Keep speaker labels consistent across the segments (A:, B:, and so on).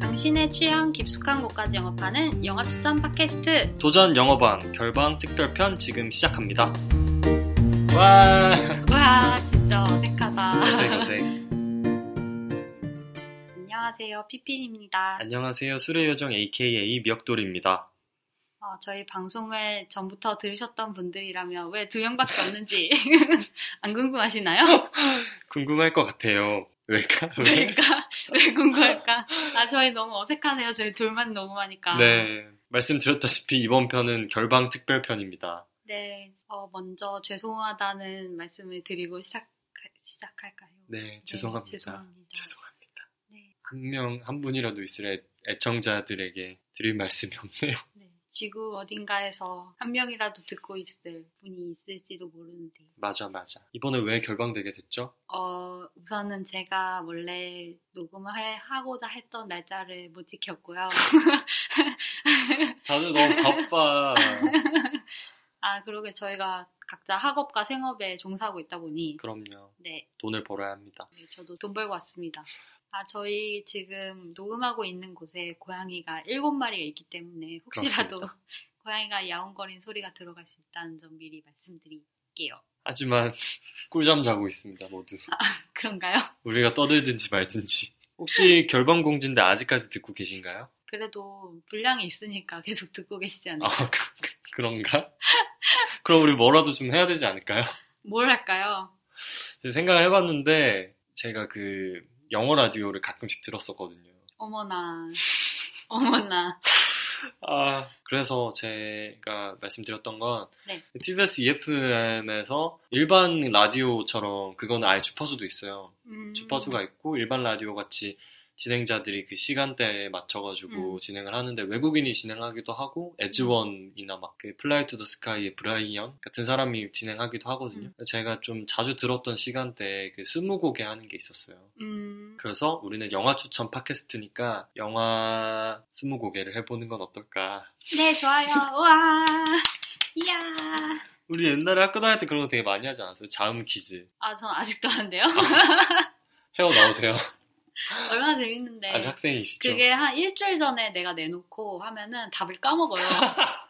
A: 사람의 취향 깊숙한 곳까지 영업하는 영화 추천 팟캐스트.
B: 도전 영어방 결방 특별편 지금 시작합니다. 와
A: 와, 진짜 어색하다.
B: 고생 고생.
A: 안녕하세요. 피핀입니다.
B: 안녕하세요 술의 요정 AKA 미역돌입니다.
A: 어, 저희 방송을 전부터 들으셨던 분들이라면 왜 두 명밖에 없는지 안 궁금하시나요?
B: 궁금할 것 같아요. 왜일까? 왜?
A: 그러니까 왜 궁금할까? 아, 저희 너무 어색하네요. 저희 둘만 녹음하니까.
B: 네 말씀드렸다시피 이번 편은 결방 특별편입니다.
A: 네, 어, 먼저 죄송하다는 말씀을 드리고 시작 시작할까요?
B: 네
A: 네,
B: 죄송합니다.
A: 죄송합니다.
B: 죄송합니다.
A: 네,
B: 한 명 한 분이라도 있을 애, 애청자들에게 드릴 말씀이 없네요.
A: 네. 지구 어딘가에서 한 명이라도 듣고 있을 분이 있을지도 모르는데.
B: 맞아 맞아. 이번에 왜 결방되게 됐죠?
A: 어, 우선은 제가 원래 녹음을 해- 하고자 했던 날짜를 못 지켰고요.
B: 다들 너무 바빠.
A: 아, 그러게 저희가 각자 학업과 생업에 종사하고 있다 보니.
B: 그럼요.
A: 네,
B: 돈을 벌어야 합니다.
A: 네, 저도 돈 벌고 왔습니다. 아, 저희 지금 녹음하고 있는 곳에 고양이가 일곱 마리가 있기 때문에 혹시라도
B: 그렇습니다.
A: 고양이가 야옹거리는 소리가 들어갈 수 있다는 점 미리 말씀드릴게요.
B: 하지만 꿀잠 자고 있습니다 모두
A: 그런가요?
B: 우리가 떠들든지 말든지 혹시 결방공지인데 아직까지 듣고 계신가요?
A: 그래도 분량이 있으니까 계속 듣고 계시지 않나요?
B: 아 그, 런가 그럼 우리 뭐라도 좀 해야 되지 않을까요?
A: 뭘 할까요?
B: 제가 생각을 해봤는데 제가 그 영어 라디오를 가끔씩 들었었거든요
A: 어머나, 어머나.
B: 아 그래서 제가 말씀드렸던 건
A: 네.
B: TBS EFM에서 일반 라디오처럼 그건 아예 주파수도 있어요
A: 음,
B: 주파수가 있고 일반 라디오 같이 진행자들이 그 시간대에 맞춰가지고
A: 음.
B: 진행을 하는데 외국인이 진행하기도 하고 에즈원이나 막 그 플라이 투 더 스카이의 브라이언 같은 사람이 진행하기도 하거든요. 제가 좀 자주 들었던 시간대에 그 스무고개 하는 게 있었어요.
A: 음,
B: 그래서 우리는 영화 추천 팟캐스트니까 영화 스무고개를 해보는 건 어떨까?
A: 네, 좋아요. 우와, 이야.
B: 우리 옛날에 학교 다닐 때 그런 거 되게 많이 하지 않았어요? 자음 퀴즈
A: 아, 전 아직도 안 돼요.
B: 헤어 나오세요.
A: 얼마나 재밌는데.
B: 아직 학생이시죠?
A: 네. 그게 한 일주일 전에 내가 내놓고 하면은 답을 까먹어요.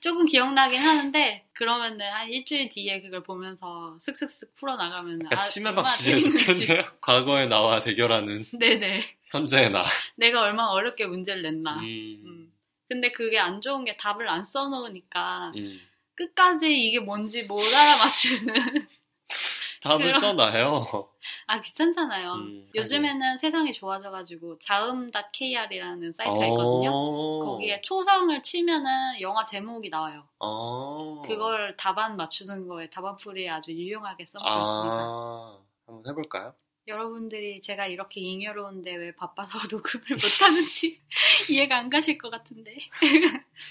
A: 조금 기억나긴 하는데 그러면은 한 일주일 뒤에 그걸 보면서 슥슥슥 풀어나가면
B: 약간
A: 얼마나
B: 치매박 지제
A: 재밌는지.
B: 좋겠네요. 과거의 나와 대결하는
A: 네네.
B: 현재의 나.
A: 내가 얼마나 어렵게 문제를 냈나.
B: 음,
A: 음. 근데 그게 안 좋은 게 답을 안 써놓으니까
B: 음.
A: 끝까지 이게 뭔지 못 알아맞추는.
B: 답을
A: 그럼-
B: 써놔요.
A: 아 귀찮잖아요.
B: 음,
A: 요즘에는 세상이 좋아져가지고 자음.kr이라는 사이트가
B: 하긴.
A: 있거든요.
B: 어.
A: 거기에 초성을 치면은 영화 제목이 나와요.
B: 어.
A: 그걸 답안 맞추는 거에 답안풀이 아주 유용하게 써먹었습니다.
B: 아, 한번 해볼까요?
A: 여러분들이 제가 이렇게 잉여로운데 왜 바빠서 녹음을 못하는지 이해가 안 가실 것 같은데.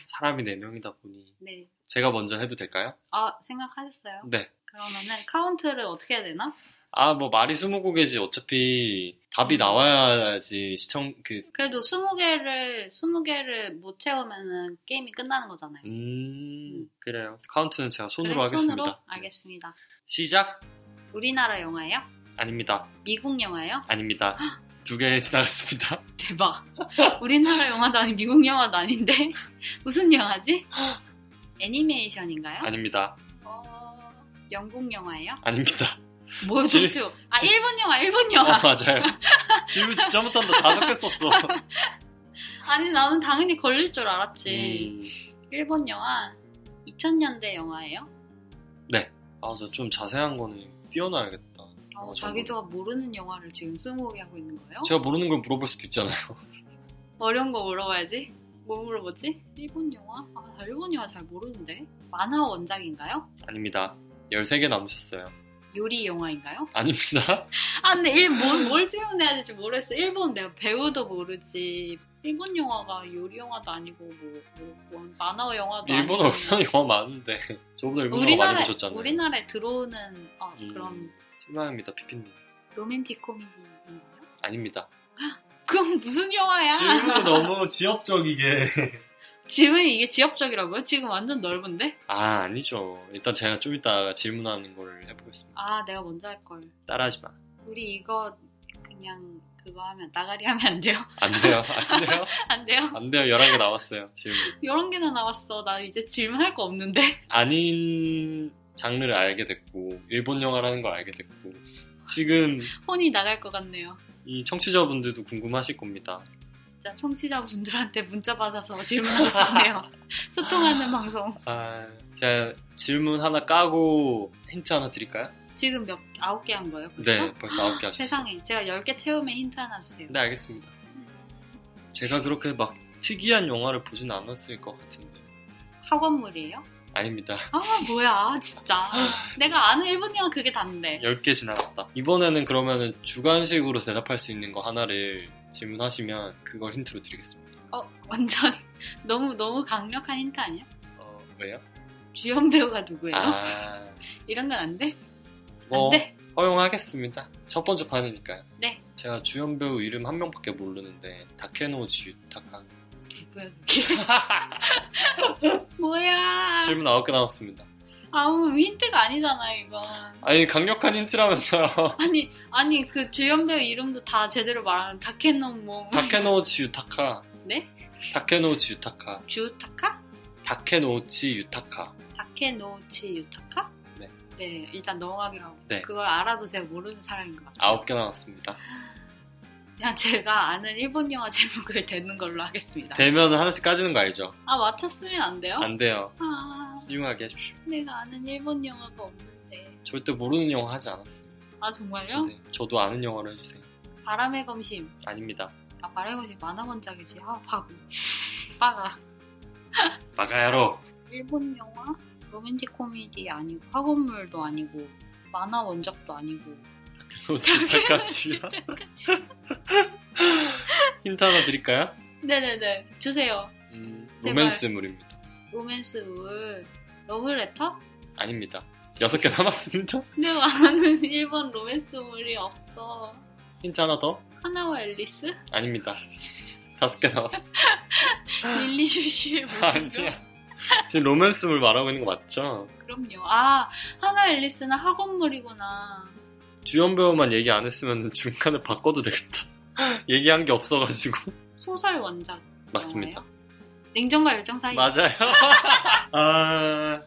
B: 사람이 4명이다 보니.
A: 네.
B: 제가 먼저 해도 될까요?
A: 아, 생각하셨어요?
B: 네.
A: 그러면은 카운트를 어떻게 해야 되나?
B: 아, 뭐, 말이 20고개지. 어차피
A: 음.
B: 답이 나와야지 시청, 그,
A: 그래도 20개를, 20개를 못 채우면은 게임이 끝나는 거잖아요.
B: 음,
A: 음.
B: 그래요. 카운트는 제가 손으로
A: 그래,
B: 하겠습니다.
A: 손으로?
B: 네.
A: 알겠습니다.
B: 시작?
A: 우리나라 영화예요?
B: 아닙니다.
A: 미국 영화예요?
B: 아닙니다. 두 개 지나갔습니다.
A: 대박. 우리나라 영화도 아니 미국 영화도 아닌데 무슨 영화지? 애니메이션인가요?
B: 아닙니다.
A: 어, 영국 영화예요?
B: 아닙니다.
A: 뭐
B: 질-
A: 도대체? 아
B: 질-
A: 일본 영화, 일본
B: 어,
A: 영화.
B: 맞아요. 질문 진짜 못한다. 다 적겠었어.
A: 아니 나는 당연히 걸릴 줄 알았지.
B: 음.
A: 일본 영화 2000년대 영화예요?
B: 어, 아, 나 좀 자세한 거는 띄워놔야겠다.
A: 어,
B: 맞아.
A: 자기도 모르는 영화를 지금 스무고개 하고 있는 거예요?
B: 제가 모르는 걸 물어볼 수도 있잖아요.
A: 어려운 거 물어봐야지. 뭐 물어보지? 일본 영화? 아, 나 일본 영화 잘 모르는데. 만화 원작인가요?
B: 아닙니다. 13개 남으셨어요.
A: 요리 영화인가요?
B: 아닙니다.
A: 아, 근데 일뭘 뭘 질문해야 될지 모르겠어. 일본 내가 배우도 모르지. 일본 영화가 요리 영화도 아니고 뭐, 뭐, 뭐 만화 영화도
B: 일본어
A: 아니고.
B: 얼마나 영화 많은데. 저보다 일본어 많이
A: 우리나라에,
B: 보셨잖아요.
A: 우리나라에 들어오는 어,
B: 음.
A: 그런
B: 실망입니다, 피피님.
A: 로맨틱 코미디인가요?
B: 아닙니다.
A: 그건 무슨 영화야?
B: 너무 지엽적이게.
A: 질문이 이게 지엽적이라고요? 지금 완전 넓은데?
B: 아, 아니죠. 일단 제가 좀 이따 질문하는 걸 해보겠습니다.
A: 아, 내가 먼저 할걸.
B: 따라하지 마.
A: 우리 이거 그냥 그거 하면 나가리 하면 안 돼요?
B: 안 돼요, 안 돼요,
A: 안 돼요?
B: 안 돼요. 11개 남았어요, 질문.
A: 이런 게나 나왔어. 나 이제 질문할 거 없는데.
B: 아닌 장르를 알게 됐고, 일본 영화라는 걸 알게 됐고, 지금
A: 혼이 나갈 것 같네요.
B: 이 청취자분들도 궁금하실 겁니다.
A: 진짜 청취자분들한테 문자 받아서 질문하고 싶네요. 소통하는 방송.
B: 아, 제가 질문 하나 까고 힌트 하나 드릴까요?
A: 지금 몇 아홉 개 한 거예요? 벌써?
B: 네, 벌써 9개 하셨어요.
A: 세상에 제가 10개 채우면 힌트 하나 주세요.
B: 네, 알겠습니다. 제가 그렇게 막 특이한 영화를 보진 않았을 것 같은데.
A: 학원물이에요?
B: 아닙니다.
A: 아 뭐야 진짜. 내가 아는 일본 영화 그게 단데.
B: 10개 지나갔다. 이번에는 그러면은 주관식으로 대답할 수 있는 거 하나를 질문하시면 그걸 힌트로 드리겠습니다.
A: 어 완전 너무 너무 강력한 힌트 아니야?
B: 어, 왜요?
A: 주연 배우가 누구예요?
B: 아,
A: 이런 건 안 돼?
B: 뭐,
A: 안 돼?
B: 허용하겠습니다. 첫 번째 반이니까요.
A: 네.
B: 제가 주연 배우 이름 한 명밖에 모르는데, 다케노 지유타카.
A: 누구야 그게? 뭐야?
B: 질문 9개 남았습니다.
A: 아무 힌트가 아니잖아 이건.
B: 아니, 강력한 힌트라면서요.
A: 아니 아니 그 주연 배우 이름도 다 제대로 말하는 다케노 뭐
B: 다케노 지유타카.
A: 네?
B: 다케노 지유타카.
A: 주타카?
B: 다케노치 유타카.
A: 다케노치 유타카?
B: 네.
A: 네, 일단 넘어가기로 하고.
B: 네.
A: 그걸 알아도 제가 모르는 사람인 것 같아요.
B: 9개 남았습니다. 아.
A: 그냥 제가 아는 일본 영화 제목을 대는 걸로 하겠습니다.
B: 되면 하나씩 까지는 거 알죠?
A: 아, 맞췄으면 안 돼요?
B: 안 돼요.
A: 아,
B: 수중하게 해주십시오.
A: 내가 아는 일본 영화가 없는데.
B: 절대 모르는 영화 하지 않았습니다.
A: 아, 정말요?
B: 네, 저도 아는 영화로 해주세요.
A: 바람의 검심.
B: 아닙니다.
A: 아, 바람의 검심 만화 원작이지. 아, 바보. 빠가.
B: 마가야로.
A: 일본 영화? 로맨틱 코미디 아니고, 학원물도 아니고, 만화 원작도 아니고.
B: 지유타카지. 힌트 하나 드릴까요?
A: 네네네. 주세요.
B: 음,
A: 제발.
B: 로맨스물입니다.
A: 로맨스 울. 러브레터?
B: 아닙니다. 여섯 개 남았습니다.
A: 근데 나는 일본 로맨스물이 없어.
B: 힌트 하나 더?
A: 하나와 앨리스?
B: 아닙니다. 다섯 개 남았어.
A: 릴리슈슈의 뭐 모습이요?
B: 아니야. 지금 로맨스물 말하고 있는 거 맞죠?
A: 그럼요. 아, 하나 앨리스는 학원물이구나.
B: 주연 배우만 얘기 안 했으면 중간에 바꿔도 되겠다. 얘기한 게 없어가지고.
A: 소설 원작.
B: 맞습니다.
A: 영화예요? 냉정과 열정 사이.
B: 맞아요. 아,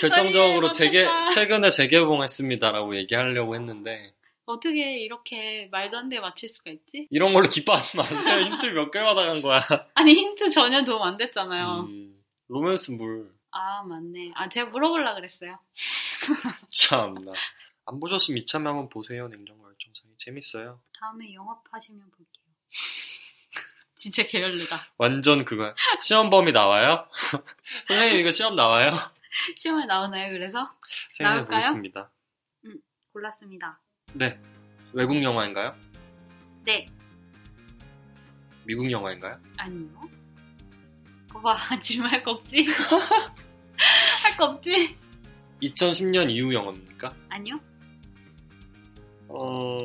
B: 결정적으로
A: 아니,
B: 재개,
A: 맞췄다.
B: 최근에 재개봉했습니다라고 얘기하려고 했는데,
A: 어떻게 이렇게 말도 안 되게 맞힐 수가 있지?
B: 이런 걸로 기뻐하지 마세요. 힌트 몇 개 받아간 거야.
A: 아니, 힌트 전혀 도움 안 됐잖아요.
B: 음, 로맨스 물.
A: 아, 맞네. 아, 제가 물어보려고 그랬어요.
B: 참나. 안 보셨으면 이참에 한번 보세요. 냉정과 열정사이. 재밌어요.
A: 다음에 영업하시면 볼게요. 진짜 게을르다.
B: 완전 그거야. 시험범이 나와요? 선생님 이거 시험 나와요?
A: 시험에 나오나요, 그래서?
B: 생각해
A: 나올까요?
B: 보겠습니다.
A: 골랐습니다.
B: 네. 외국 영화인가요?
A: 네.
B: 미국 영화인가요?
A: 아니요. 거봐, 질문 할거 없지? 할 거 없지?
B: 2010년 이후 영화입니까?
A: 아니요.
B: 어...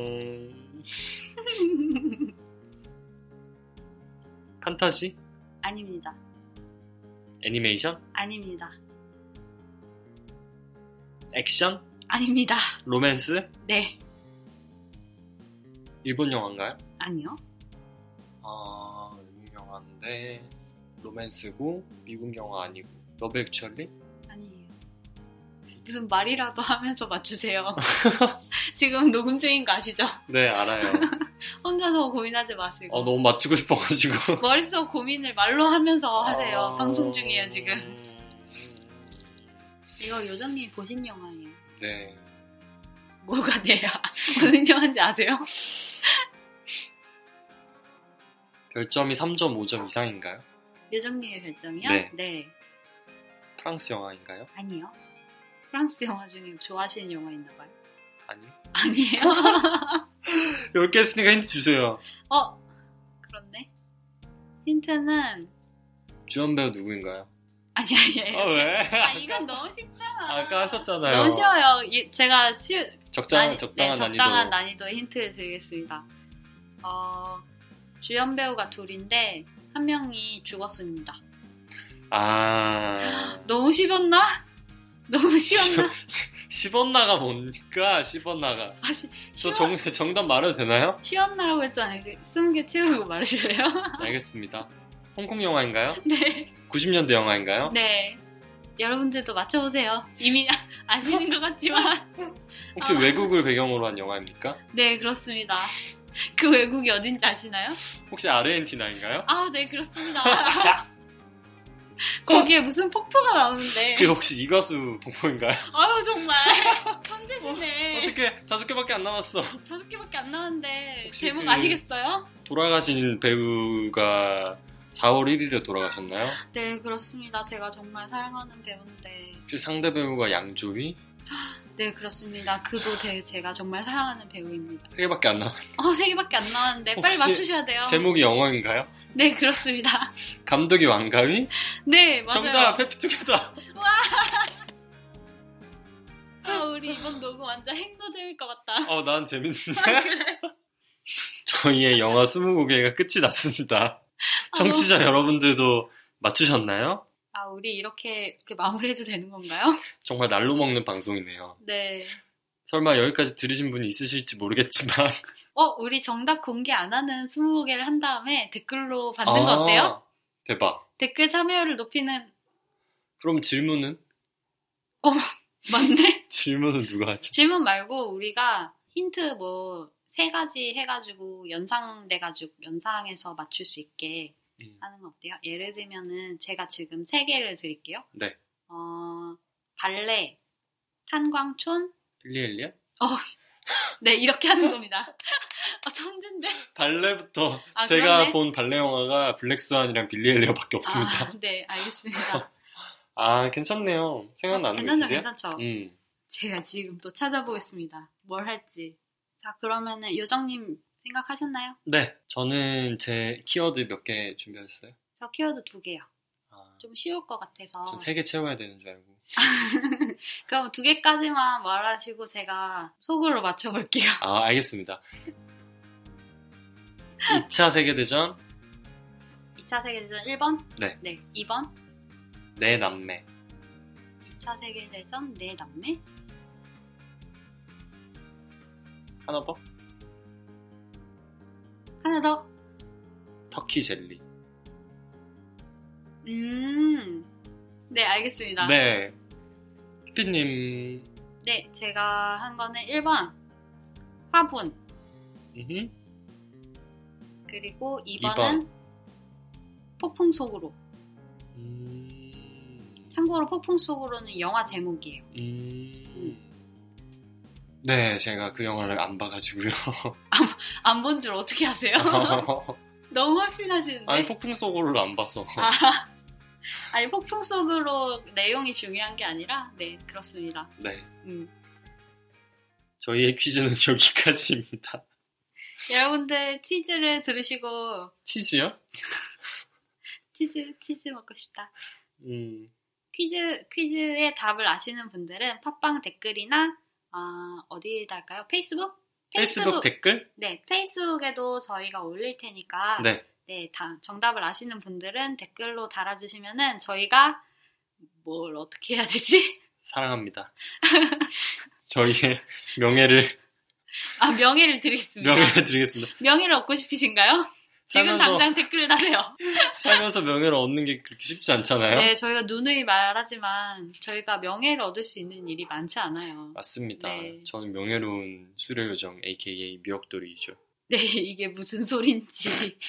B: 판타지?
A: 아닙니다.
B: 애니메이션?
A: 아닙니다.
B: 액션?
A: 아닙니다.
B: 로맨스?
A: 네.
B: 일본 영화인가요?
A: 아니요.
B: 아, 미국 영화인데 로맨스고 미국 영화 아니고 러브 액츄얼리?
A: 아니에요. 무슨 말이라도 하면서 맞추세요. 지금 녹음 중인 거 아시죠?
B: 네, 알아요.
A: 혼자서 고민하지 마시고.
B: 어, 너무 맞추고 싶어가지고.
A: 머릿속 고민을 말로 뭐 하면서 하세요.
B: 어,
A: 방송 중이에요, 지금.
B: 음.
A: 이거 요정님이 보신 영화예요.
B: 네.
A: 뭐가 돼요? 무슨 영화인지 아세요?
B: 별점이 3.5점 이상인가요?
A: 요정님의 별점이요?
B: 네.
A: 네.
B: 프랑스 영화인가요?
A: 아니요. 프랑스 영화 중에 좋아하시는 영화 있나 봐요.
B: 아니요.
A: 아니에요?
B: 10개 했으니까 힌트 주세요.
A: 어, 그렇네. 힌트는
B: 주연 배우 누구인가요?
A: 아니 아니.
B: 아,
A: 아니.
B: 왜?
A: 아 이건 너무 쉽잖아.
B: 아까 하셨잖아요.
A: 너무 쉬워요. 이- 제가 쉬
B: 적당한,
A: 난이-
B: 적당한
A: 네,
B: 난이도.
A: 적당한 난이도의 힌트를 드리겠습니다. 어, 주연 배우가 둘인데 한 명이 죽었습니다.
B: 아.
A: 너무 쉬웠나? 너무 쉬웠나?
B: 시번나가 뭡니까? 시번나가.
A: 아, 시,
B: 저
A: 시원,
B: 정, 정답 말해도 되나요?
A: 시원나라고 했잖아요. 이렇게 20개 채우고 말으실래요?
B: 알겠습니다. 홍콩 영화인가요?
A: 네.
B: 90년대 영화인가요?
A: 네. 여러분들도 맞춰보세요. 이미 아- 아시는 것 같지만.
B: 혹시
A: 아.
B: 외국을 배경으로 한 영화입니까?
A: 네, 그렇습니다. 그 외국이 어딘지 아시나요?
B: 혹시 아르헨티나인가요?
A: 아, 네, 그렇습니다. 거기에 무슨 폭포가 나오는데.
B: 그 혹시 이 가수 공포인가요?
A: 아유, 정말. 천재시네.
B: 어떻게 다섯 개밖에 안 남았어.
A: 다섯 개밖에 안 나왔는데.
B: 혹시
A: 제목
B: 그-
A: 아시겠어요?
B: 돌아가신 배우가 4월 1일에 돌아가셨나요?
A: 네, 그렇습니다. 제가 정말 사랑하는 배우인데.
B: 혹시 상대 배우가 양조위?
A: 네, 그렇습니다. 그도 대- 제가 정말 사랑하는 배우입니다.
B: 세 개밖에 안 남았.
A: 어, 세 개밖에 안 나왔는데. 빨리
B: 혹시
A: 맞추셔야 돼요.
B: 제목이 영어인가요?
A: 네, 그렇습니다.
B: 감독이 왕가위?
A: 네, 맞아요.
B: 정답 해피투게더.
A: 아, 우리 이번 녹음 완전 행도 재밌을 것 같다.
B: 어, 난
A: 아,
B: 재밌는데. 저희의 영화 20곡에가 끝이 났습니다. 청취자 여러분들도 맞추셨나요?
A: 아, 우리 이렇게, 이렇게 마무리해도 되는 건가요?
B: 정말 날로 먹는 방송이네요.
A: 네.
B: 설마 여기까지 들으신 분이 있으실지 모르겠지만
A: 어, 우리 정답 공개 안 하는 20개를 한 다음에 댓글로 받는
B: 아,
A: 거 어때요?
B: 대박.
A: 댓글 참여율을 높이는,
B: 그럼 질문은?
A: 맞네?
B: 질문은 누가 하죠?
A: 질문 말고 우리가 힌트 뭐, 세 가지 해가지고, 연상돼가지고, 연상해서 맞출 수 있게
B: 음.
A: 하는 거 어때요? 예를 들면은, 제가 지금 세 개를 드릴게요.
B: 네.
A: 어, 발레, 탄광촌,
B: 빌리엘리야?
A: 네, 이렇게 하는 겁니다. 어, 천재인데?
B: 발레부터
A: 아,
B: 제가
A: 그렇네.
B: 본 발레 영화가 블랙스완이랑 빌리엘리어밖에 없습니다.
A: 아, 네, 알겠습니다.
B: 아, 괜찮네요. 생각나는 거
A: 어, 괜찮죠,
B: 있으세요?
A: 괜찮죠.
B: 음.
A: 제가 지금 또 찾아보겠습니다. 뭘 할지. 자, 그러면은 요정님 생각하셨나요?
B: 네, 저는 제 키워드 몇 개 준비하셨어요?
A: 저 키워드 두 개요.
B: 아,
A: 좀 쉬울 것 같아서.
B: 전 세 개 채워야 되는 줄 알고.
A: 그럼 두 개까지만 말하시고 제가 속으로 맞춰볼게요.
B: 아, 알겠습니다. 2차 세계대전,
A: 2차 세계대전 1번?
B: 네.
A: 네. 2번?
B: 내 남매.
A: 2차 세계대전 네 내 남매?
B: 하나 더?
A: 하나 더?
B: 터키 젤리.
A: 음. 네, 알겠습니다.
B: 네. 피피님,
A: 네, 제가 한 거는 1번. 화분.
B: 음,
A: 그리고 2번은 폭풍 속으로.
B: 음,
A: 참고로 폭풍 속으로는 영화 제목이에요.
B: 음. 네, 제가 그 영화를 안 봐가지고요.
A: 안 본 줄 어떻게 아세요? 너무 확신하시는데.
B: 아니 폭풍 속으로를 안 봐서
A: 아니, 폭풍 속으로 내용이 중요한 게 아니라, 네, 그렇습니다.
B: 네
A: 음.
B: 저희의 퀴즈는 여기까지입니다
A: 여러분들 치즈를 들으시고,
B: 치즈요?
A: 치즈, 치즈 먹고 싶다.
B: 음
A: 퀴즈, 퀴즈의 답을 아시는 분들은 팟빵 댓글이나, 아, 어디에다가요? 페이스북?
B: 페이스북 댓글?
A: 네, 페이스북에도 저희가 올릴 테니까, 네.
B: 네
A: 다, 정답을 아시는 분들은 댓글로 달아주시면은 저희가 뭘 어떻게 해야 되지?
B: 사랑합니다 저희의 명예를
A: 아, 명예를 드리겠습니다.
B: 명예를 드리겠습니다
A: 명예를 얻고 싶으신가요? 지금
B: 살면서-
A: 당장 댓글을 다세요.
B: 살면서 명예를 얻는 게 그렇게 쉽지 않잖아요
A: 네, 저희가 누누이 말하지만 저희가 명예를 얻을 수 있는 일이 많지 않아요.
B: 맞습니다
A: 네.
B: 저는 명예로운 수료요정 aka 미역돌이죠
A: 네, 이게 무슨 소린지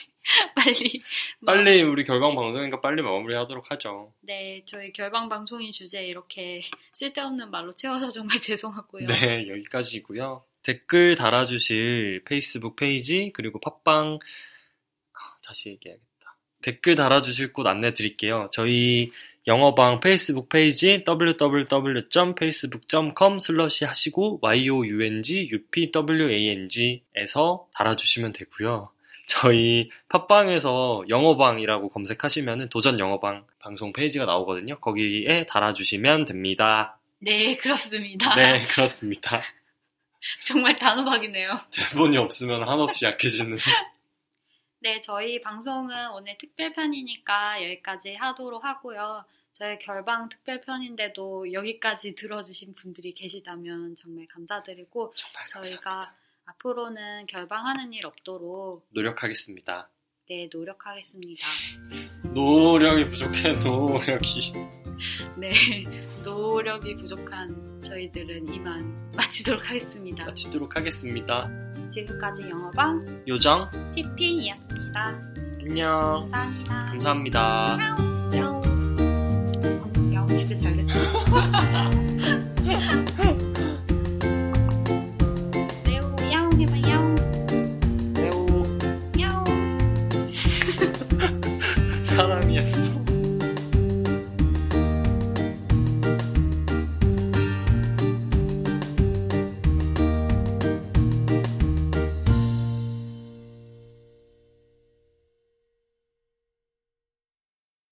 A: 빨리 뭐,
B: 빨리 우리 결방 방송이니까 빨리 마무리하도록 하죠
A: 네, 저희 결방 방송인 주제 이렇게 쓸데없는 말로 채워서 정말 죄송하고요.
B: 네, 여기까지고요. 댓글 달아주실 페이스북 페이지 그리고 팟빵 아, 다시 얘기해야겠다. 댓글 달아주실 곳 안내 드릴게요. 저희 영어방 페이스북 페이지 www.facebook.com 슬러시 하시고 young upwang에서 달아주시면 되고요. 저희 팟빵에서 영어방이라고 검색하시면 도전 영어방 방송 페이지가 나오거든요. 거기에 달아주시면 됩니다.
A: 네, 그렇습니다.
B: 네, 그렇습니다.
A: 정말 단호박이네요.
B: 대본이 없으면 한없이 약해지는.
A: 네, 저희 방송은 오늘 특별편이니까 여기까지 하도록 하고요. 저의 결방 특별편인데도 여기까지 들어주신 분들이 계시다면 정말 감사드리고
B: 정말 감사합니다.
A: 저희가 앞으로는 결방하는 일 없도록
B: 노력하겠습니다.
A: 네 노력하겠습니다.
B: 노력이 부족해 노력이.
A: 네 노력이 부족한 저희들은 이만 마치도록 하겠습니다.
B: 마치도록 하겠습니다.
A: 지금까지 영어방
B: 요정
A: 피핀이었습니다.
B: 안녕.
A: 감사합니다.
B: 감사합니다.
A: 야옹. 야옹. 진짜 잘됐어.